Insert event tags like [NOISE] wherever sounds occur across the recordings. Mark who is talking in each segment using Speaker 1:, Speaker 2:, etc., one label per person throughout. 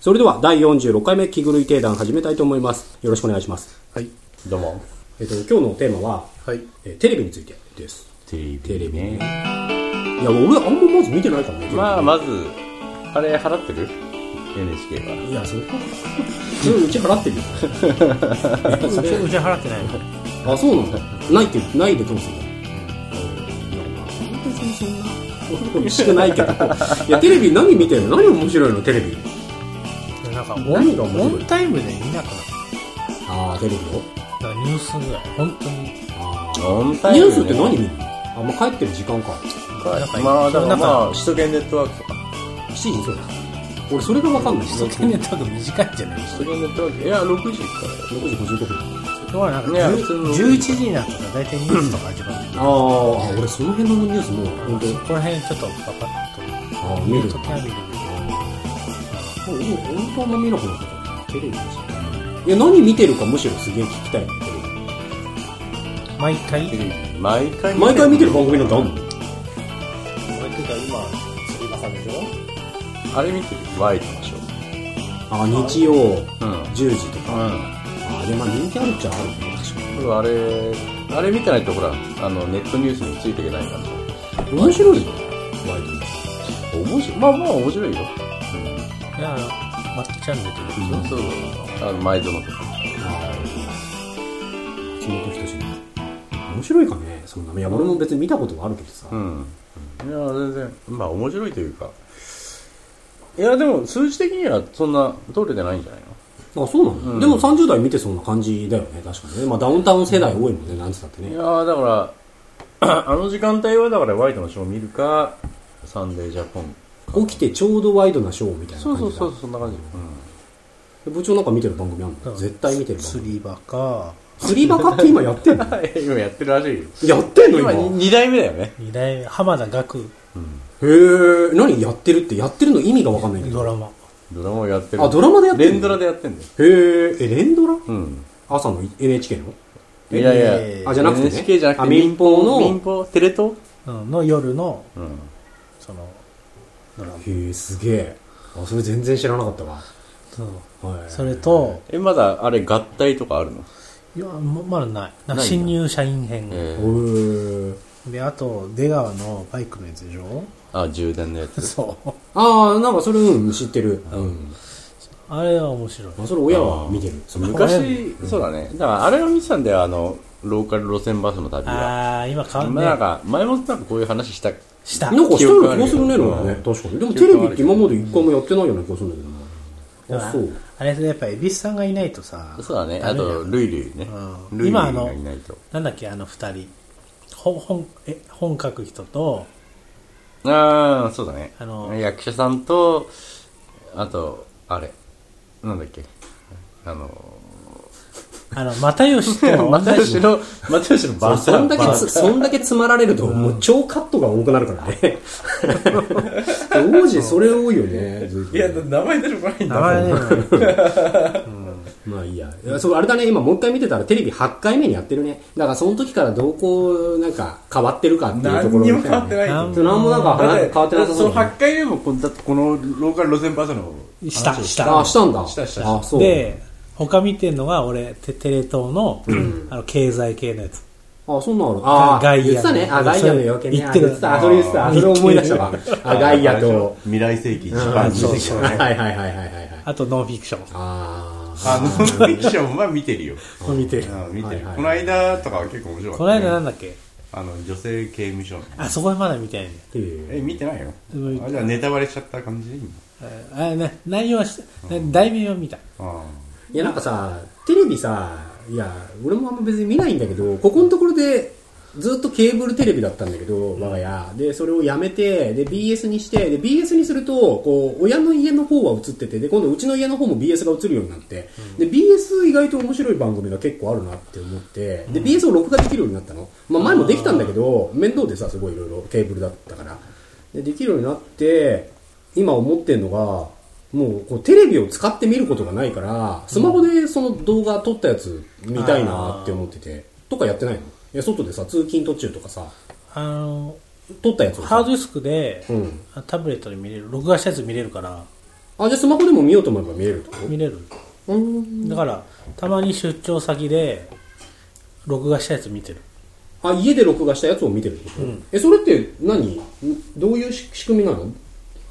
Speaker 1: それでは第46回目気狂い定談始めたいと思いますよろしくお願いします
Speaker 2: はい
Speaker 3: どうも
Speaker 1: えっと今日のテーマは、
Speaker 2: はい
Speaker 1: えーテレビについてです
Speaker 3: テレビ、
Speaker 1: テレビねいや俺あんままず見てないからね
Speaker 3: まあ
Speaker 1: あ
Speaker 3: まずあれ払ってる NHK はい
Speaker 1: やそこそれうち払ってる [LAUGHS] よ
Speaker 2: うちうち払ってないの
Speaker 1: あそうなんだないってないでどうするの美味しくないけどいやテレビ何見てるの何面白いのテレビ
Speaker 2: なんかオ
Speaker 1: 何が
Speaker 2: ン
Speaker 1: 面
Speaker 2: オ
Speaker 1: 白い
Speaker 2: ンタイムで見なくなっ
Speaker 1: ああテレビの
Speaker 2: ただからニュースぐらい本当に
Speaker 1: あ
Speaker 3: オン
Speaker 1: ー
Speaker 3: タ
Speaker 1: ニ
Speaker 3: イム
Speaker 1: ュ
Speaker 3: ね
Speaker 1: ースって何見るのあんま帰ってる時間か
Speaker 2: なんか
Speaker 3: まあだから
Speaker 2: な
Speaker 3: まあ首都圏ネットワークとか
Speaker 1: 7時そうだ俺それが分かんない
Speaker 2: 首都圏ネットワーク短いんじゃない
Speaker 3: 首都圏ネットワークいや6時からよ
Speaker 1: 6時55分
Speaker 2: ほらなんか
Speaker 3: いや
Speaker 2: 10
Speaker 3: 普通の
Speaker 2: 11時になったら大体ニュースとか始まる
Speaker 1: あーあ俺その辺のニュースもう
Speaker 2: こ
Speaker 1: 本当
Speaker 2: こら辺ちょっとパパッと
Speaker 1: ああ見る
Speaker 2: ちょっと見る
Speaker 1: もう本当あんま見なくなったからテレビだしいや何見てるかむしろすげえ聞きたいねテレビ
Speaker 2: 毎回
Speaker 3: テレビ毎回
Speaker 1: 毎回見てる番組なんてあんの
Speaker 2: 俺てか今釣りバカでしょ
Speaker 3: あれ見てるワイドのショ
Speaker 1: あ日曜
Speaker 3: ーうん
Speaker 1: 10時とか
Speaker 3: う
Speaker 1: あでもまあ人気あるっちゃあるね確か
Speaker 3: んあれあれ見てないとほらあのネットニュースについていけないから
Speaker 1: に面白いよワイド
Speaker 3: 面白いまあまあ面白いよ、
Speaker 2: いやあのマッチャンネルでし
Speaker 3: そ
Speaker 2: ょ
Speaker 3: うそうあの前園とか
Speaker 1: あー松本人志ね面白いかねそんないや俺も別に見たことはあるけどさ、
Speaker 3: うんいや全然まあ面白いというかいやでも数字的にはそんな取れてないんじゃないの
Speaker 1: あそうなの、
Speaker 3: うん
Speaker 1: でも30代見てそうな感じだよね確かにね、まあ、ダウンタウン世代多いもんね、なんつったって
Speaker 3: い
Speaker 1: ね
Speaker 3: やーだから [COUGHS] あの時間帯はだからワイドのショーを見るかサンデージャポン
Speaker 1: 起きてちょうどワイドなショーみたいな感
Speaker 3: そう
Speaker 1: じだ
Speaker 3: そうそうそんな感じ、
Speaker 1: で部長なんか見てる番組あん
Speaker 2: だか
Speaker 1: の
Speaker 2: ら
Speaker 1: 絶対見てる番
Speaker 2: 釣
Speaker 1: 組
Speaker 2: りバカ
Speaker 1: 釣りバカって今やってん
Speaker 3: [LAUGHS]
Speaker 1: の
Speaker 3: うん、今やってるらしいよ
Speaker 1: やってんの
Speaker 3: 今
Speaker 1: 今
Speaker 3: 2代目だよね
Speaker 2: 二代目浜田岳
Speaker 1: へえ何やってるってやってるの意味が分かんないけど
Speaker 2: ドラマ
Speaker 3: ドラマをやってる
Speaker 1: あドラマでやってんの
Speaker 3: 連ドラでやってんだよ
Speaker 1: へええ連ドラ
Speaker 3: うん
Speaker 1: 朝の NHK の
Speaker 3: いやいや、
Speaker 2: えー
Speaker 1: あじゃなくてね
Speaker 3: NHK じゃなく
Speaker 1: あ
Speaker 3: て
Speaker 1: 民放の
Speaker 3: 民放テレ東
Speaker 2: うんの夜の
Speaker 3: うん
Speaker 2: そのドラマ
Speaker 1: へえすげえあそれ全然知らなかったわ、
Speaker 2: そう
Speaker 1: はい、
Speaker 2: それと、
Speaker 3: えまだあれ合体とかあるの
Speaker 2: いや、ままだない。なんか
Speaker 3: ない
Speaker 2: 新入社員編。
Speaker 3: え
Speaker 1: へえ
Speaker 2: で、あと、出川のバイクのやつでしょ
Speaker 3: あ充電のやつ
Speaker 2: そう。
Speaker 1: ああなんかそれうん知ってる、うん
Speaker 2: あれは面白い。
Speaker 1: あ、それ親は見てるその
Speaker 3: [LAUGHS] 昔そうだねだからあれを見てたんだよあのローカル路線バスの旅は
Speaker 2: あー、今変わん
Speaker 3: まあなん
Speaker 2: ね。
Speaker 3: か前もなんかこういう話した
Speaker 2: した。
Speaker 1: なんかしたような気がするね、
Speaker 3: 記
Speaker 1: な
Speaker 3: 憶
Speaker 1: ん
Speaker 3: あ
Speaker 1: か
Speaker 3: るよ
Speaker 1: ね。確かに。でも
Speaker 3: 記
Speaker 1: テレ
Speaker 3: 憶
Speaker 1: ビ
Speaker 3: は
Speaker 1: っ
Speaker 3: あ
Speaker 1: て
Speaker 3: るけど
Speaker 1: 今まで一回もやってないような気がするんだけどな。あ、そう。
Speaker 2: あれやっぱ、蛭子さんがいないとさ、
Speaker 3: そうだね。
Speaker 2: ダ
Speaker 3: あ
Speaker 2: メだよ
Speaker 3: と、ルイルイね
Speaker 2: う。ん
Speaker 3: ルイルイ
Speaker 2: 今あの
Speaker 3: がいないと。
Speaker 2: なんだっけ、あの二人。本、本、え、本書く人と、
Speaker 3: ああ、そうだね。
Speaker 2: あの
Speaker 3: 役者さんと、あと、あれ、なんだっけ。あ [LAUGHS] の、
Speaker 2: あの、又吉と
Speaker 3: [LAUGHS] 又
Speaker 2: 同
Speaker 3: 吉
Speaker 2: じ。
Speaker 3: の、又吉のバス
Speaker 1: そんだけ
Speaker 3: バ
Speaker 1: つ、
Speaker 3: ス
Speaker 1: そんだけ詰まられると、もう超カットが多くなるから [LAUGHS] ね。王子、それ多いよね。ずっとね
Speaker 3: 名前出る前に
Speaker 2: 名前ね、
Speaker 1: まあいいや。いやそう、あれだね、今もう一回見てたらテレビ8回目にやってるね。だからその時からどうこう、なんか変わってるかっていうところみたいなね。
Speaker 2: い
Speaker 1: そう何もなんか
Speaker 3: だ
Speaker 1: 変
Speaker 3: って
Speaker 1: わってなさ
Speaker 3: そ
Speaker 1: そ
Speaker 3: の
Speaker 1: うだね。
Speaker 3: 8回目もこんだってこのローカル路線バスの
Speaker 2: した、した。
Speaker 1: あ、したんだ。
Speaker 3: したした
Speaker 1: あ、そう。
Speaker 2: で、他見てんのが、俺、テテレ東の、あの、経済系のやつ。
Speaker 1: あ、そんなんあるあー
Speaker 2: ガイア
Speaker 1: 言ってたね。あ、ガイアの夜明けね。
Speaker 2: 言
Speaker 1: あ
Speaker 2: ってる
Speaker 1: 言ってた。あ、それ言ってた。あそれ思い出したわ。あ、ガイアと。
Speaker 3: 未来世紀一
Speaker 1: あ
Speaker 3: 番
Speaker 1: そう
Speaker 3: 人
Speaker 1: そ
Speaker 3: 生
Speaker 1: うはいはいはいはいはいはい。
Speaker 2: あと、ノンフィクション。
Speaker 1: あー
Speaker 4: あの、ノンフィクションは見てるよ。
Speaker 2: を見てる。
Speaker 4: うん見て
Speaker 1: はい
Speaker 4: る
Speaker 1: はい。
Speaker 4: この間とかは結構面白かった
Speaker 2: この。間なん
Speaker 4: ね
Speaker 2: だっけ
Speaker 4: あの、女性刑務所。
Speaker 2: あそこはまだ見てないんだよ
Speaker 1: え
Speaker 4: え、見てないよ
Speaker 2: うん。
Speaker 4: あじゃあネタバレしちゃった感じ今
Speaker 2: えーあな内容はし、な題名は見た。
Speaker 4: あ
Speaker 1: いやなんかさ、テレビさ、いや、俺もあんま別に見ないんだけど、ここのところで、ずっとケーブルテレビだったんだけど、我が家。で、それをやめて、で、BS にして、で、BS にすると、こう、親の家の方は映ってて、で、今度うちの家の方も BS が映るようになって、で、BS 意外と面白い番組が結構あるなって思って、で、BS を録画できるようになったの。まあ、前もできたんだけど、面倒でさ、すごいいろいろケーブルだったから。で、できるようになって、今思ってんのが、もうこうテレビを使って見ることがないから、スマホでその動画撮ったやつ見たいなって思ってて、とかやってないのいや、外でさ、通勤途中とかさ、
Speaker 2: あの、
Speaker 1: 撮ったやつをさ
Speaker 2: ハードディスクで、
Speaker 1: うん
Speaker 2: あタブレットで見れる、録画したやつ見れるから、
Speaker 1: あじゃあスマホでも見ようと思えば見れると
Speaker 2: 見れる
Speaker 1: うん
Speaker 2: だからたまに出張先で録画したやつ見てる
Speaker 1: あ家で録画したやつを見てるってこと、えそれって何んどういうし仕組みなの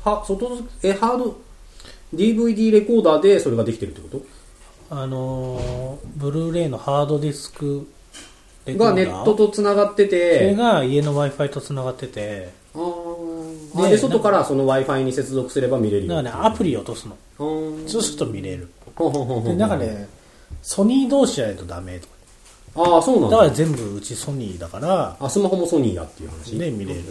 Speaker 1: は外付えハード DVD レコーダーでそれができてるってこと
Speaker 2: あのーブルーレイのハードディスクレコー
Speaker 1: が
Speaker 2: ダー
Speaker 1: ネットとつながって
Speaker 2: それ
Speaker 1: て
Speaker 2: が家の w i f i とつながってて
Speaker 1: あー
Speaker 2: ね
Speaker 1: あ
Speaker 2: え
Speaker 1: で外からその w i f i に接続すれば見れる
Speaker 2: だか
Speaker 1: よ
Speaker 2: らねアプリ落とすの
Speaker 1: あー
Speaker 2: そうすると見れる
Speaker 1: ほうほうほうほ
Speaker 2: で
Speaker 1: う
Speaker 2: なんかねソニー同士じゃないとダメとか
Speaker 1: ああそうなん
Speaker 2: だから
Speaker 1: だ
Speaker 2: 全部うちソニーだから
Speaker 1: あスマホもソニーだっていう話
Speaker 2: で見れる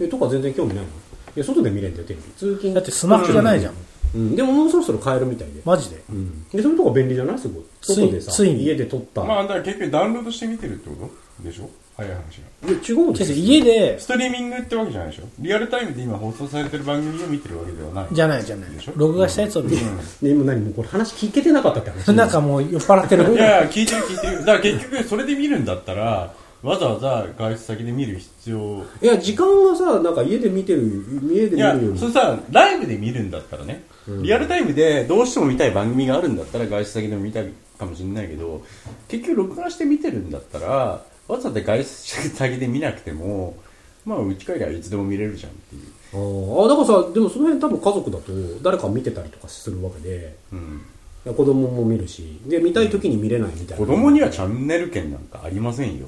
Speaker 1: えとか全然興味ないのいや外で見れんだよテレビ通勤
Speaker 2: だってスマホじゃないじゃん
Speaker 1: うん、でももうそろそろ買えるみたいで、
Speaker 2: マジで
Speaker 1: うん、でそういうとこ便利じゃないすごい
Speaker 2: つい
Speaker 1: 外でさ
Speaker 2: ついに
Speaker 1: 家で撮った、
Speaker 3: まあ、だから結局ダウンロードして見てるってことでしょ早い話が。
Speaker 1: いや違うんで
Speaker 2: 先
Speaker 1: す
Speaker 2: 生
Speaker 1: よ
Speaker 2: 家で
Speaker 3: ストリーミングってわけじゃないでしょリアルタイムで今放送されてる番組を見てるわけではない。
Speaker 2: じゃないじゃない
Speaker 3: でしょ
Speaker 2: 録画したやつを見る
Speaker 1: で今何もうこれ話聞けてなかったって話
Speaker 2: [LAUGHS] なんかもう酔っ払って
Speaker 3: い
Speaker 2: る
Speaker 3: やいや、聞いてる聞いてる。だから結局、それで見るんだったら、わざわざ外出先で見る必要。
Speaker 1: いや時間がさなんか家で見てる家で見
Speaker 3: い
Speaker 1: る
Speaker 3: や
Speaker 1: よ、り
Speaker 3: それさ、ライブで見るんだったらね、リアルタイムでどうしても見たい番組があるんだったら、外出先でも見たいかもしれないけど、結局、録画して見てるんだったら、わざわざ外出先で見なくても、まあ、うち帰りはいつでも見れるじゃんっていう。
Speaker 1: あーあだからさでもその辺多分家族だと誰か見てたりとかするわけで
Speaker 3: うん
Speaker 1: 子供も見るしで見たい時に見れないみたいな
Speaker 3: 子供にはチャンネル権なんかありませんよ。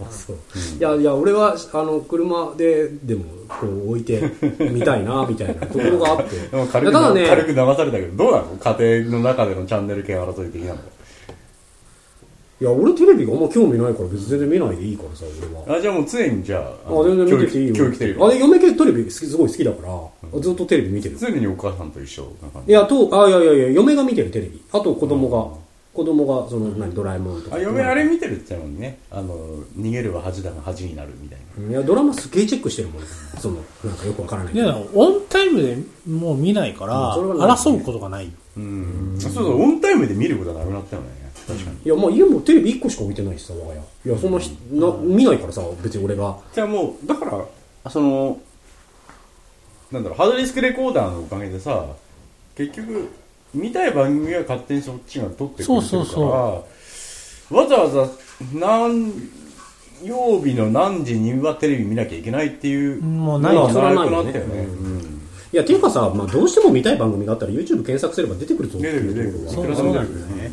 Speaker 1: あそう、いやいや俺はあの車ででもこう置いて見たいなみたいなところがあ
Speaker 3: [LAUGHS]
Speaker 1: って
Speaker 3: でも軽く
Speaker 1: いやただね
Speaker 3: 軽く流されたけど、どうなの家庭の中でのチャンネル権争い的なの。
Speaker 1: いや俺テレビがあんま興味ないから別に全然見ないでいいからさ俺は
Speaker 3: あじゃあもう常にじゃあ、
Speaker 1: あ全然見てていいよ
Speaker 3: 教育教育テレビ
Speaker 1: あ。れ嫁系テレビ好きすごい好きだから、ずっとテレビ見てる
Speaker 3: 常にお母さんと一緒な感
Speaker 1: い
Speaker 3: じ。
Speaker 1: やとあいやいやいや嫁が見てるテレビあと子供が、子供がその、何ドラえもんとか
Speaker 3: あ、嫁あれ見てるって言ったもんね。あの、逃げれば恥だが恥になるみたいな。
Speaker 1: うんいやドラマすげえチェックしてるもんそのなんかよくわからないけ
Speaker 2: で
Speaker 1: ど
Speaker 2: オンタイムでもう見ないから、
Speaker 1: うんそれはない
Speaker 2: 争うことがない
Speaker 3: うん。そうそう、オンタイムで見ることはなくなったよね。確かに。
Speaker 1: いやまあ家もテレビ1個しか置いてないしさ我が家いやそんな,、な見ないからさ別に俺が
Speaker 3: じゃあもう、だから、その、なんだろう、ハードディスクレコーダーのおかげでさ、結局、見たい番組は勝手にそっちが撮ってくれてるから、
Speaker 2: そうそうそ
Speaker 3: わざわざ何曜日の何時にはテレビ見なきゃいけないっていう、
Speaker 2: もうない
Speaker 3: のは
Speaker 1: それはない
Speaker 3: く
Speaker 1: よ
Speaker 3: な
Speaker 1: ね
Speaker 3: ったよね。うん
Speaker 1: いやていうかさ、まあ、どうしても見たい番組があったら YouTube 検索すれば出てくるぞって
Speaker 3: 出てくる出
Speaker 1: い
Speaker 3: て
Speaker 1: う
Speaker 3: く
Speaker 1: とこ
Speaker 3: る。
Speaker 1: ろは
Speaker 3: いくらでも出てくるよね。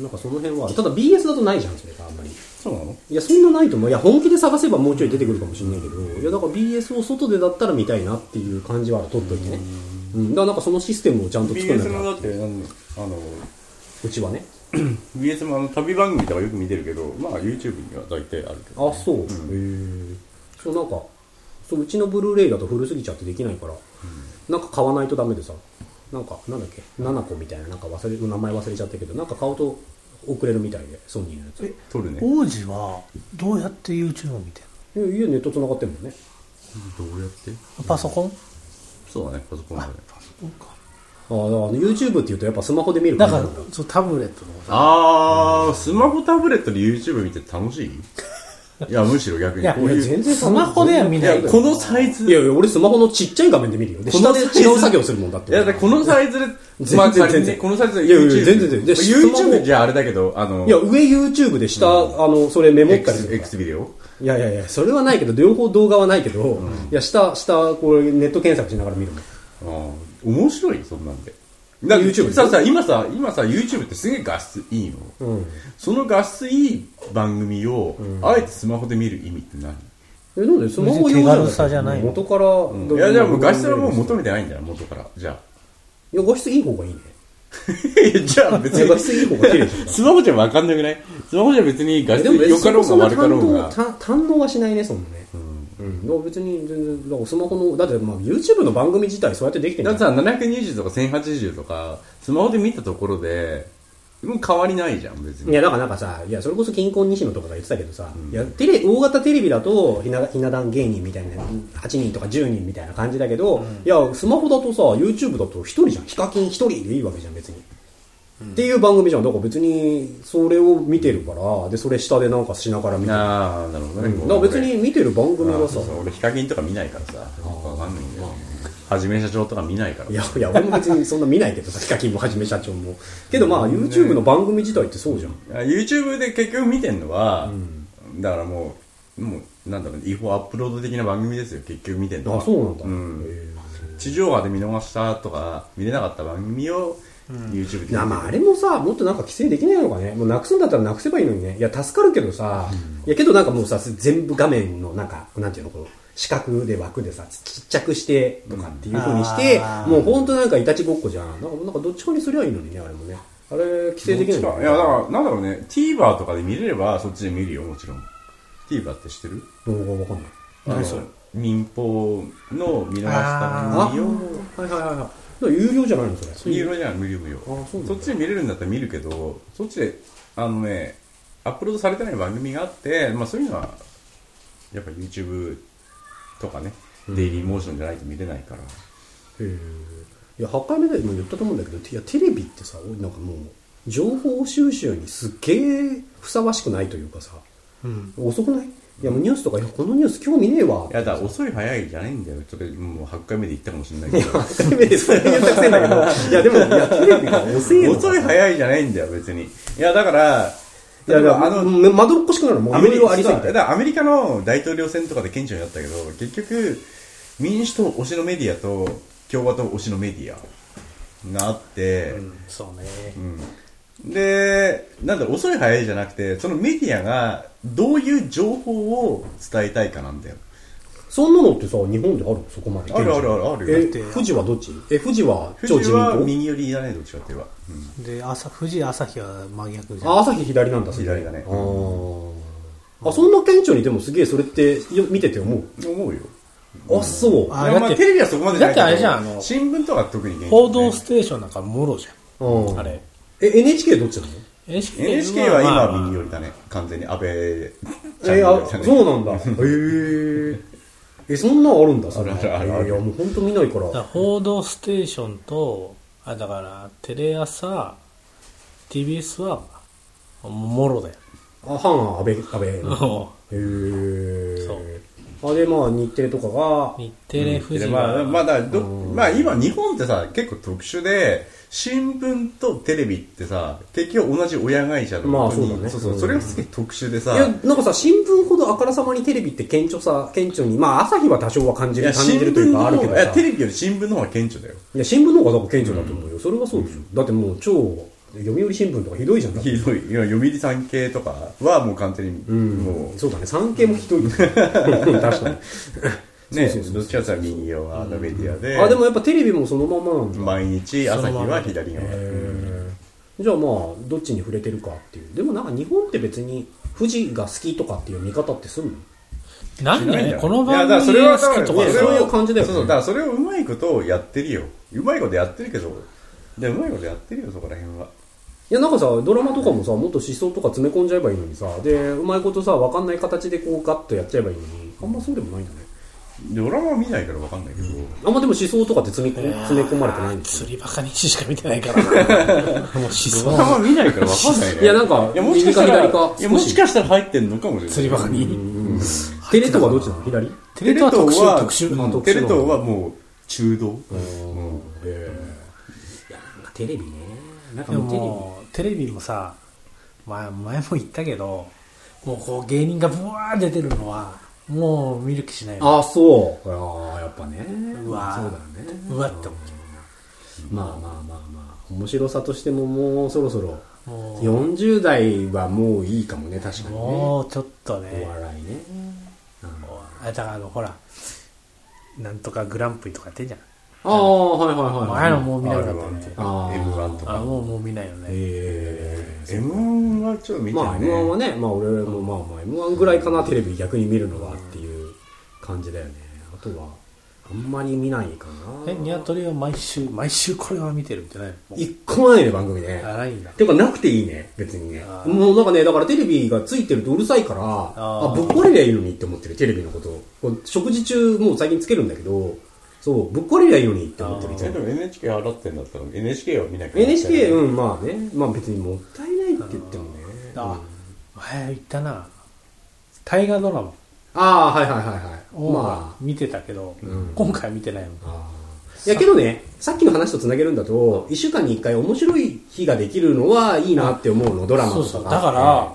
Speaker 1: なんかその辺はただ BS だとないじゃんそれがあんまり
Speaker 3: そうなの
Speaker 1: いやそんなないと思ういや本気で探せばもうちょい出てくるかもしれないけどいやだから BS を外でだったら見たいなっていう感じは取っといてねうんだからなんかそのシステムをちゃんと作らな
Speaker 3: ?BS
Speaker 1: き
Speaker 3: の
Speaker 1: ゃ
Speaker 3: だって、なんあの、
Speaker 1: うちはね
Speaker 3: BS もあの旅番組とかよく見てるけど、まあ YouTube には大体あるけど。
Speaker 1: あそう、へえそうなんかそううちのブルーレイだと古すぎちゃってできないから、なんか買わないとダメでさなんかなんだっけ七子みたいななんか忘れ名前忘れちゃったけどなんか買うと遅れるみたいでソニーのやつ
Speaker 3: 撮るね。
Speaker 2: 王子はどうやって YouTube を見てる
Speaker 1: いや家ネット繋がってるもんね
Speaker 3: どうやって
Speaker 2: のパソコン
Speaker 3: そうだね、パソコンで。
Speaker 1: ああだから YouTube っていうとやっぱスマホで見る
Speaker 2: だ
Speaker 1: ら
Speaker 2: からそうタブレットの
Speaker 3: あー、スマホタブレットで YouTube 見て楽しいいや、むしろ逆に。
Speaker 2: いや
Speaker 3: こう
Speaker 1: いや
Speaker 3: いう
Speaker 1: 全然
Speaker 2: スマホでは見
Speaker 3: い
Speaker 2: ない
Speaker 3: や、
Speaker 2: よ
Speaker 3: このサイズ。
Speaker 1: いやいや、俺スマホのちっちゃい画面で見るよ。で、
Speaker 3: この
Speaker 1: 下で違う作業するもんだっ
Speaker 3: い
Speaker 1: て。
Speaker 3: や、だからこのサイズで、
Speaker 1: 全然
Speaker 3: まあ仮にね
Speaker 1: 全然
Speaker 3: このサイズで
Speaker 1: いやいや
Speaker 3: YouTube。
Speaker 1: 全然全然じゃあ
Speaker 3: まあ
Speaker 1: スマ
Speaker 3: YouTube
Speaker 1: ホ
Speaker 3: じゃあれだけど、あの、
Speaker 1: いや、上 YouTube で下、あの、それメモったり
Speaker 3: X,
Speaker 1: とか。
Speaker 3: X ビデオ
Speaker 1: いやいやいや、それはないけど、両方動画はないけど、いや、下、下、これネット検索しながら見るもん。
Speaker 3: あー面白い、そんなんで。なんか
Speaker 1: YouTube
Speaker 3: さ、さ、今さ、今さ、YouTube ってすげえ画質いいの。
Speaker 1: うん。
Speaker 3: その画質いい番組を、あえてスマホで見る意味って何
Speaker 1: え、なんでスマホ用
Speaker 2: 別に手軽さ
Speaker 1: じゃない
Speaker 2: じゃないの
Speaker 1: 元から、
Speaker 3: いや、じゃあもう画質はもう求めてないんだよ、元から。じゃあ。 [LAUGHS]
Speaker 1: いや、画質いい方がいいね。
Speaker 3: いやじゃあ別
Speaker 1: いや、画
Speaker 3: に。
Speaker 1: 質いい方が綺麗じ
Speaker 3: [LAUGHS]
Speaker 1: ゃん。
Speaker 3: スマホじゃ分かんなくないスマホじゃ別に画質
Speaker 1: でも別
Speaker 3: 良
Speaker 1: に
Speaker 3: か
Speaker 1: そ
Speaker 3: ろ
Speaker 1: も
Speaker 3: うが
Speaker 1: そも
Speaker 3: 悪かろ
Speaker 1: 堪
Speaker 3: う
Speaker 1: 能
Speaker 3: が。
Speaker 1: 堪堪能はしないね、そんなね。うん。だから別に全然、だからスマホの、だってまあ YouTube の番組自体そうやってできてんじ
Speaker 3: だ
Speaker 1: ゃ
Speaker 3: っ
Speaker 1: ん
Speaker 3: てさ、720とか1080とか、スマホで見たところで、もう変わりないじゃん、別
Speaker 1: い
Speaker 3: に。
Speaker 1: やだからなんかさいやそれこそ金婚西野とかが言ってたけどさ、いやテレ大型テレビだとひなひな壇芸人みたいな8人とか10人みたいな感じだけど、いやスマホだとさ YouTube だと1人じゃんヒカキン1人でいいわけじゃん別にっていう番組じゃんだから別にそれを見てるからでそれ下でなんかしながら見てる
Speaker 3: ああなるほどね、
Speaker 1: だから別に見てる番組
Speaker 3: 俺
Speaker 1: がさ
Speaker 3: そうそう俺ヒカキンとか見ないからさよくわかんないんだよねはじめ社長とか見ないから
Speaker 1: いやいや俺も別にそんな見ないけどさヒカキンもはじめ社長もけどまあ YouTube の番組自体ってそうじゃん
Speaker 3: あ YouTube で結局見てんのは、だからもうもうなんだろうね違法アップロード的な番組ですよ結局見てんのは
Speaker 1: あそうなんだ、
Speaker 3: ん
Speaker 1: へ
Speaker 3: 地上波で見逃したとか見れなかった番組を YouTube
Speaker 1: え
Speaker 3: で
Speaker 1: なまああれもさもっとなんか規制できないのかねもうなくすんだったらなくせばいいのにねいや助かるけどさ、いやけどなんかもうさ全部画面のなんかなんていうのこの四角で枠でさちっちゃくしてとかっていう風にして、
Speaker 2: あー
Speaker 1: もうほんとなんかいたちごっこじゃんなんかなんかどっちかにすりゃいいのにねあれもねあれ規制できないの
Speaker 3: どっちかいやだからなんだろうね TVer とかで見れればそっちで見るよもちろん TVer って知ってる
Speaker 1: 動画わかんない
Speaker 3: あの民放の見逃した
Speaker 1: あ
Speaker 3: 番組を
Speaker 1: はいはいはいはいだから有料じゃないのそれ
Speaker 3: 有料じゃん無料無料
Speaker 1: あそうなんだ
Speaker 3: そっちで見れるんだったら見るけどそっちであのねアップロードされてない番組があって、まあ、そういうのはやっぱ YouTube とかね、デイリーモーションじゃないと見れないから
Speaker 1: へえいや8回目でも言ったと思うんだけどいやテレビってさなんかもう情報収集にすっげえふさわしくないというかさ
Speaker 2: うん。
Speaker 1: 遅くないいやもうニュースとかいやこのニュース興味ねえわ
Speaker 3: いやだ [LAUGHS] から遅い早いじゃないんだよそれもう8回目で言ったかもしれないけど
Speaker 1: 8回目でそういう作戦だけどいやでもいやテレビが遅えのか
Speaker 3: 遅い早いじゃないんだよ別にいやだから
Speaker 1: いやだから
Speaker 3: あの
Speaker 1: うんまどろっこしくなるのもう
Speaker 3: ア
Speaker 1: い
Speaker 3: メ
Speaker 1: ろい
Speaker 3: リ
Speaker 1: ろあ
Speaker 3: カ
Speaker 1: りすぎ
Speaker 3: だか
Speaker 1: て
Speaker 3: らアメリカの大統領選とかで顕著になったけど結局民主党推しのメディアと共和党推しのメディアがあって、
Speaker 2: そうね。
Speaker 3: でなんだろう遅い早いじゃなくてそのメディアがどういう情報を伝えたいかなんだよ
Speaker 1: そんなのってさ日本であるそこまで
Speaker 3: あるあるあるあるよ
Speaker 1: え富士はどっちえ富士は
Speaker 3: 富
Speaker 1: 超
Speaker 3: 士
Speaker 1: 自
Speaker 3: は
Speaker 1: 民
Speaker 3: 右寄りだねどっちかって言えば、うん
Speaker 2: で、朝、富士朝日は真逆じゃ
Speaker 1: 党あ
Speaker 2: ん。
Speaker 1: 朝日左なんだそれ
Speaker 3: 左だね
Speaker 1: あーあそんな顕著にでもすげえそれってよ見てて思う
Speaker 3: 思うよ
Speaker 1: あそう
Speaker 2: あ
Speaker 3: いや
Speaker 2: だ
Speaker 3: ま
Speaker 2: っ
Speaker 3: あ
Speaker 2: て
Speaker 3: テレビはそこまでじゃないけど
Speaker 2: だってあれじゃんあの
Speaker 3: 新聞とか特に現
Speaker 2: 報道ステーションなんかもろじ
Speaker 1: う
Speaker 2: ゃん。
Speaker 1: ん
Speaker 2: あれ。
Speaker 1: え NHK どっちなの
Speaker 2: NHK,
Speaker 3: NHK は
Speaker 2: まあ
Speaker 3: 今
Speaker 2: まあ
Speaker 3: 右寄りだね完全に安倍ちゃん
Speaker 1: え
Speaker 3: より
Speaker 1: あ
Speaker 3: だね
Speaker 1: そう
Speaker 3: [LAUGHS]
Speaker 1: なんだへええそんなんあるんだそれ
Speaker 3: あるあるある
Speaker 1: いやもう本当見ないから
Speaker 2: だから報道ステーションと、あ、だから、テレ朝、TBS は、もろだよ。
Speaker 1: あ反安倍安倍へ
Speaker 2: そう
Speaker 1: えあでまあ日テレとかが
Speaker 2: 日テレ、富士
Speaker 3: でまあ、
Speaker 2: は、
Speaker 3: まあだからどまあ今日本ってさ、結構特殊で、新聞とテレビってさ、結局同じ親会社の
Speaker 1: まあ
Speaker 3: 本当に
Speaker 1: そうだね
Speaker 3: そうそうう、
Speaker 1: ん
Speaker 3: それがすげえ特殊でさ、
Speaker 1: いやなんかさ新聞ほどあからさまにテレビって顕著さ顕著にまあ朝日は多少は感じ
Speaker 3: い
Speaker 1: る
Speaker 3: や
Speaker 1: 感
Speaker 3: 新
Speaker 1: じると
Speaker 3: 聞
Speaker 1: いう
Speaker 3: の
Speaker 1: かある
Speaker 3: 方
Speaker 1: けど
Speaker 3: が、いや
Speaker 1: さ
Speaker 3: テレビより新聞の方が顕著だよ。
Speaker 1: いや新聞の方が多分顕著だと思うよそれはそうでしょだってもう超読売新聞とかひどいじゃんだって
Speaker 3: ひどい。いや、読売産経とかはもう完全に、も
Speaker 1: そうだね産経もひどい
Speaker 3: [LAUGHS]
Speaker 1: よね確かに
Speaker 3: う、ね、どっちかっていうと右側のメディアで、
Speaker 1: あでもやっぱテレビもそのままなんだ
Speaker 3: 毎日朝日は左側。
Speaker 1: じゃあまあどっちに触れてるかっていうでもなんか日本って別に富士が好きとかっていう見方ってすんの
Speaker 2: なんだ
Speaker 3: い
Speaker 2: よね
Speaker 3: や、
Speaker 2: この
Speaker 3: い
Speaker 2: 番
Speaker 3: やだからそ
Speaker 2: 組
Speaker 3: れは
Speaker 2: が
Speaker 3: だ
Speaker 2: 好
Speaker 3: から
Speaker 2: きとか
Speaker 1: ね
Speaker 3: それ
Speaker 1: そうい
Speaker 3: は
Speaker 1: う感じだよね
Speaker 3: そうそうだからそれをうまいことやってるようまいことやってるけどでうまいことやってるよそこら辺はい
Speaker 1: やなんかさドラマとかもさもっと思想とか詰め込んじゃえばいいのにさでうまいことさ分かんない形でこうガッとやっちゃえばいいのにあんまそうでもないんだね
Speaker 3: ドラマは見ないから分かんないけど、
Speaker 1: あんまでも思想とかって詰め込詰め込まれてないんですよ
Speaker 2: 釣りバカにしか見てな
Speaker 3: [LAUGHS]
Speaker 2: いから。もう思
Speaker 3: ドラマは
Speaker 2: 想。
Speaker 3: 見ないから分かんないね
Speaker 1: いやなんか
Speaker 3: いやもしかした
Speaker 1: 右か
Speaker 3: ら
Speaker 1: 左か
Speaker 3: いやもしかしたら入ってんのかもしれない
Speaker 2: 釣りバカに。
Speaker 1: テレ東はどっちなの左
Speaker 2: テレ東は特集、特集。
Speaker 3: うん
Speaker 1: 特集
Speaker 3: テレ東はもう中道うん
Speaker 1: なんかテレビねなんか
Speaker 2: で
Speaker 1: もうテレビ
Speaker 2: も、テレビもさ、まあ、前も言ったけど、もうこう芸人がブワー出てるのは、もう見る気しないよ。
Speaker 1: あそうああやっぱね
Speaker 2: うわ
Speaker 1: そうだよね
Speaker 2: うわって思っ
Speaker 1: まあまあまあまあ面白さとしてももうそろそろ
Speaker 2: た。もう、
Speaker 1: 40代はもういいかもね確かにねお
Speaker 2: もうちょっとね、
Speaker 1: 笑いね
Speaker 2: あだからあの、ほら、なんとかグランプリとかやってんじゃん。
Speaker 1: ああはいはいはい
Speaker 2: もうああいうのもう見な
Speaker 3: r
Speaker 2: くなった
Speaker 3: 1
Speaker 2: ね
Speaker 3: と。
Speaker 1: あ
Speaker 3: か
Speaker 1: ー
Speaker 3: m 1と
Speaker 2: あ、
Speaker 3: か
Speaker 2: もう、もう見ないよね。
Speaker 1: え
Speaker 3: m 1はちょっと
Speaker 1: え
Speaker 3: 見て
Speaker 1: ま
Speaker 3: な
Speaker 1: あ
Speaker 3: い
Speaker 1: m 1は
Speaker 3: ね
Speaker 1: ねまあ俺もまあまあ m 1ぐらいかなテレビ逆に見るのはっていう感じだよねあとはあんまり見ないかな
Speaker 2: え、ニワトリは毎週、毎週これは見てるんじゃないの
Speaker 1: 一個もないね番組ね
Speaker 2: 荒いんだ。
Speaker 1: てかなくていいね別にね
Speaker 2: あー
Speaker 1: もうなんかねだからテレビがついてるとうるさいから
Speaker 2: あ
Speaker 1: あ
Speaker 2: ー
Speaker 1: ぶっ壊れりゃいいのにって思ってるテレビのことこう食事中もう最近つけるんだけどそうぶっ壊れりゃいいのにって思ってるいつ
Speaker 3: え
Speaker 1: も
Speaker 3: でも NHK 払ってんだったら NHK は見なきゃ
Speaker 1: NHK
Speaker 3: ん
Speaker 1: うんまあねまあ別にもったいないって言ってもね
Speaker 2: あ、前言ったな大河ドラマ
Speaker 1: ああはいはいはいはい
Speaker 2: を
Speaker 1: まあ
Speaker 2: 見てたけど、
Speaker 1: ん
Speaker 2: 今回見てないもん
Speaker 1: あーいやけどねさっきの話とつなげるんだと1週間に1回面白い日ができるのはいいなって思うのドラマとか
Speaker 2: そうそうだから、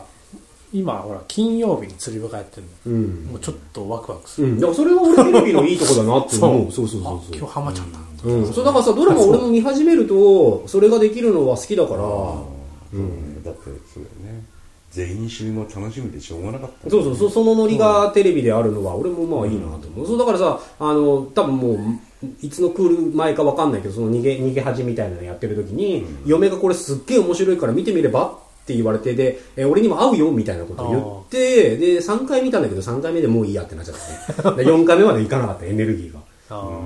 Speaker 2: 今ほら金曜日に釣り部がやってるの、
Speaker 1: うん
Speaker 2: もうちょっとワクワクす
Speaker 1: う
Speaker 2: る、
Speaker 1: ん、だからそれは俺テレビのいいとこだなって思
Speaker 2: [LAUGHS]
Speaker 1: う。そうそう
Speaker 2: あ
Speaker 1: そうそ
Speaker 2: 今
Speaker 1: う。
Speaker 2: 日ハマっちゃった、
Speaker 1: うん、そうだからさ、ドラマ俺も見始めると、それができるのは好きだから、
Speaker 3: うんだってそうだよね全員集合楽しみでしょうがなかった
Speaker 1: そうそうそう、そのノリがテレビであるのは、俺もまあいいなと思う。そうだからさ、あの、多分もう、いつのクール前かわかんないけど、その逃げ、逃げ恥みたいなのやってる時に、嫁がこれすっげえ面白いから見てみればって言われて、で、え俺にも合うよみたいなことを言って、で、3回見たんだけど、3回目でもういいやってなっちゃったね。で4回目までいかなかった、エネルギーが。だから
Speaker 2: あ
Speaker 1: こ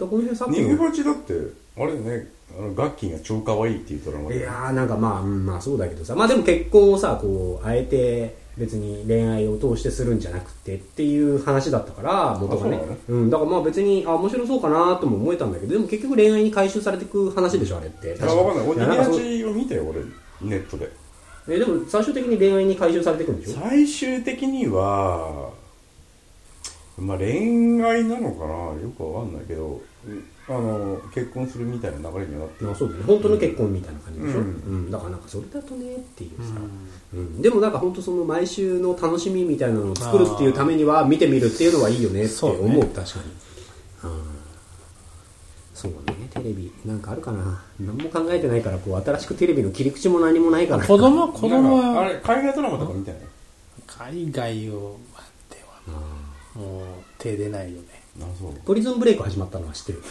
Speaker 1: の辺さっきの
Speaker 3: 逃げ鉢だってあれねあのガッキーが超可愛いっていうドラマ
Speaker 1: い
Speaker 3: で
Speaker 1: やーなんかまあ、うんまあそうだけどさまあでも結婚をさこうあえて別に恋愛を通してするんじゃなくてっていう話だったから元がね
Speaker 3: あそうなの
Speaker 1: うん、だからまあ別にあ面白そうかなとも思えたんだけどでも結局恋愛に回収されていく話でしょあれって
Speaker 3: いやわかんない
Speaker 1: い
Speaker 3: 俺
Speaker 1: や
Speaker 3: 逃
Speaker 1: なんか
Speaker 3: げ
Speaker 1: そう
Speaker 3: 鉢を見て俺ネットで
Speaker 1: えでも最終的に恋愛に回収されていくんでしょ
Speaker 3: 最終的にはまあ恋愛なのかなよくわかんないけどあの結婚するみたいな流れにはなって
Speaker 1: まあそうだよね本当の結婚みたいな感じでしょ、う
Speaker 3: うんん
Speaker 1: だからなんかそれだとねっていうさ、うんでもなんか本当その毎週の楽しみみたいなのを作るっていうためには見てみるっていうのはいいよねって
Speaker 2: そう
Speaker 1: 思う
Speaker 2: ね
Speaker 1: 確かに、うん、そうだねテレビなんかあるかな何も考えてないからこう新しくテレビの切り口も何もないから
Speaker 2: 子供子供
Speaker 3: なんかあ
Speaker 2: は
Speaker 3: れ海外ドラマとか見てない
Speaker 2: 海外を待ってはもう手出ないよね
Speaker 3: あそう
Speaker 1: プリズンブレイク始まったのは知ってる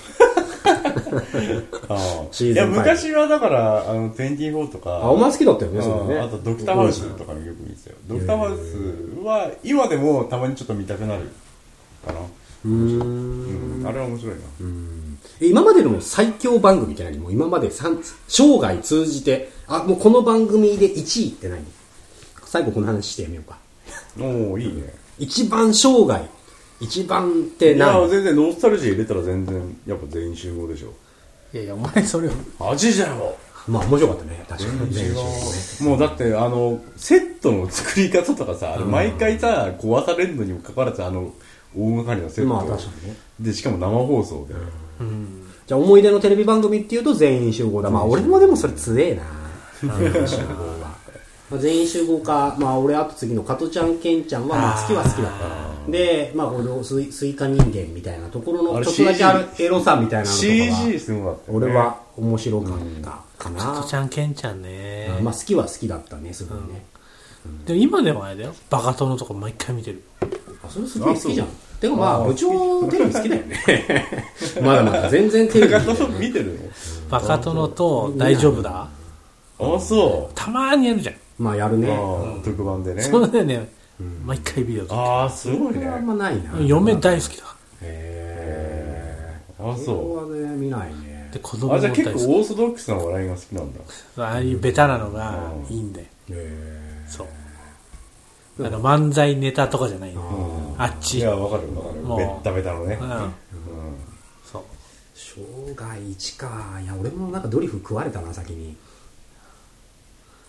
Speaker 3: ああ
Speaker 1: シーズ
Speaker 3: い
Speaker 1: ン
Speaker 3: や
Speaker 1: 5
Speaker 3: 昔はだからあの24とか
Speaker 1: あお前好きだったよねそれね
Speaker 3: ああとドクターハウスとかもよく見てたよ、ドクターハウスは今でもたまにちょっと見たくなるかな、
Speaker 1: うん
Speaker 3: うん、あれは面白いな、
Speaker 1: え今までの最強番組って何もう今までさん生涯通じてあもうこの番組で1位って何最後この話してやめようか
Speaker 3: おおいいね
Speaker 1: 一番生涯一番って
Speaker 3: いや
Speaker 1: 何
Speaker 3: 全然ノスタルジー入れたら全然やっぱ全員集合でしょ
Speaker 2: いやいやお前それを
Speaker 3: 味じゃろ
Speaker 1: まあ面白かったね確かにね
Speaker 3: もうだってあのセットの作り方とかさ、あれ毎回さ壊されるのにもかかわらずあの大掛かりなセット、
Speaker 1: まあ確かにね
Speaker 3: でしかも生放送で、
Speaker 1: じゃあ思い出のテレビ番組っていうと全員集合だまあ俺もでもそれ強えな [LAUGHS] 全員集合はまあ全員集合か、まあ、俺あと次の加トちゃんケンちゃんはまあ好きは好きだったでまあこのスイスイカ人間みたいなところの
Speaker 3: あれ
Speaker 1: ちょっとだけあるエロさみたいなのとかは
Speaker 3: CG すごかったよね
Speaker 1: 俺は面白かったかな
Speaker 2: と、ちゃんけんちゃんね、
Speaker 1: うんまあ好きは好きだったねすごいね、
Speaker 2: でも今でもあれだよバカ殿とか毎回見てる
Speaker 1: あそれすげえ好きじゃんでもまあ部長テレビ好きだよねまだまだ全然 [LAUGHS] テレビ
Speaker 3: 高田さん見てる
Speaker 2: バカ殿と大丈夫だ
Speaker 3: のあそう
Speaker 2: たまーにやるじゃん
Speaker 1: まあやるね
Speaker 3: ああ特番でね
Speaker 2: そんなだよね毎回ビデオと
Speaker 3: ああすごい
Speaker 1: これ
Speaker 3: ね
Speaker 1: はあんまないな
Speaker 2: 嫁大好きだか
Speaker 1: へ
Speaker 3: あ
Speaker 1: え
Speaker 3: そう
Speaker 1: これはね見ないね
Speaker 2: らで子供も
Speaker 3: あじ
Speaker 2: 大
Speaker 3: ゃあ
Speaker 2: 好き
Speaker 3: 結構オーソドックスな笑いが好きなんだ
Speaker 2: ああいうベタなのがいいんだよ
Speaker 1: へえ
Speaker 2: そうあの漫才ネタとかじゃないのあっ
Speaker 3: い
Speaker 2: ち
Speaker 3: やわかるわかる
Speaker 2: もう
Speaker 3: ベッタベタのね
Speaker 2: うんそう
Speaker 1: 生涯一かいや俺もなんかドリフ食われたな先に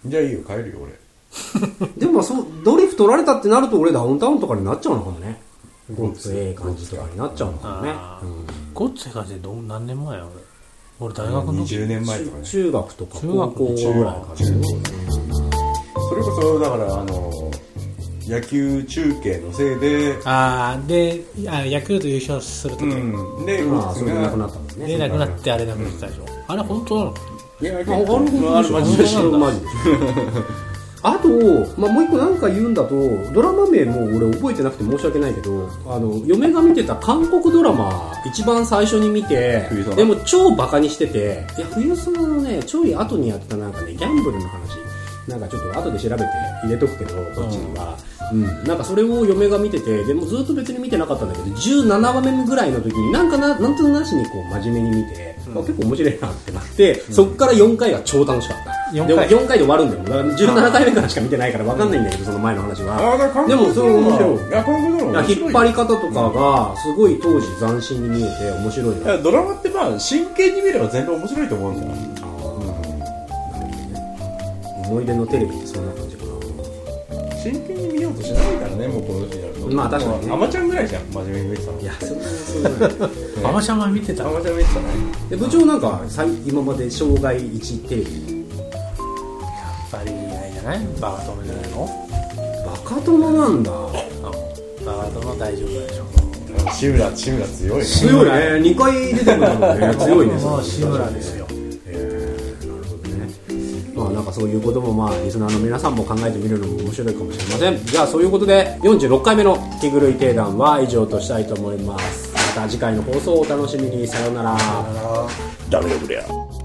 Speaker 3: じゃあいいよ帰るよ俺
Speaker 1: でもまあそうドリフ取られたってなると俺ダウンタウンとかになっちゃうのかもねごっつええ感じとかになっちゃうのかもね
Speaker 2: ああごっつい感じでどん何年前俺俺大学の時
Speaker 3: 20年前とかね
Speaker 1: 中学とか
Speaker 2: 中
Speaker 1: 高
Speaker 2: 学
Speaker 1: 校ぐらいかな
Speaker 3: それこそだからあの野球中継のせいで
Speaker 2: ああであヤクルト優勝するとき、
Speaker 3: うんで
Speaker 1: まあ
Speaker 3: 打つ
Speaker 1: それでなくな
Speaker 3: が
Speaker 1: ったもんね
Speaker 2: でなくなってあれなくなってたでしょ、あれ本当なの
Speaker 3: いや
Speaker 1: まあ、他のこと
Speaker 3: まああれマジでしょ
Speaker 1: マジでしょあと、まあ、もう一個なんか言うんだとドラマ名も俺覚えてなくて申し訳ないけどあの嫁が見てた韓国ドラマ一番最初に見て
Speaker 3: 冬空
Speaker 1: でも超バカにしてていや冬空のねちょい後にやってたなんかねギャンブルの話なんかちょっと後で調べて入れとくけどこっちには、うんなんかそれを嫁が見ててでもずっと別に見てなかったんだけど17話目ぐらいの時になんかななんとなしにこう真面目に見て、あ結構面白いなってなって、そっから4回が超楽しかった
Speaker 2: 四
Speaker 1: で
Speaker 2: 回
Speaker 1: も4回で終わるんだよだから17回目からしか見てないから分かんないんだけど、その前の話は
Speaker 3: ああ、だから韓
Speaker 1: で
Speaker 3: 国
Speaker 1: もそ
Speaker 3: ド
Speaker 1: れ
Speaker 3: ラマ
Speaker 1: 面白い
Speaker 3: いや、韓国ドラマ面白い
Speaker 1: 引っ張り方とかがすごい当時斬新に見えて面白い
Speaker 3: いや
Speaker 1: な
Speaker 3: ドラマってまあ真剣に見れば全部面白いと思うんだよ、
Speaker 1: 思い出のテレビってそんな感じかな
Speaker 3: 真剣に見ようとしないからねもうこの年になると
Speaker 1: まあ確かにね
Speaker 3: アマちゃんぐらいじゃん真面目に見てたの
Speaker 1: いやそんなそんな
Speaker 2: アマシャマ見てた
Speaker 3: アマちゃん見てたね
Speaker 1: え部長なんか最今まで生涯1テレビ
Speaker 2: やっぱりあれじゃないバカ殿じゃないの
Speaker 1: バカ殿なんだ
Speaker 2: バカ殿大丈夫でしょ
Speaker 3: 志村志村強いね
Speaker 1: 強いね2回出てくるもんね [LAUGHS] 強いね
Speaker 2: もう志村ですよ
Speaker 1: まあなんかそういうこともまあリスナーの皆さんも考えてみるのも面白いかもしれませんじゃあそういうことで46回目の「気狂い定談」は以上としたいと思いますまた次回の放送をお楽しみにさようなら
Speaker 3: ダメだこりゃ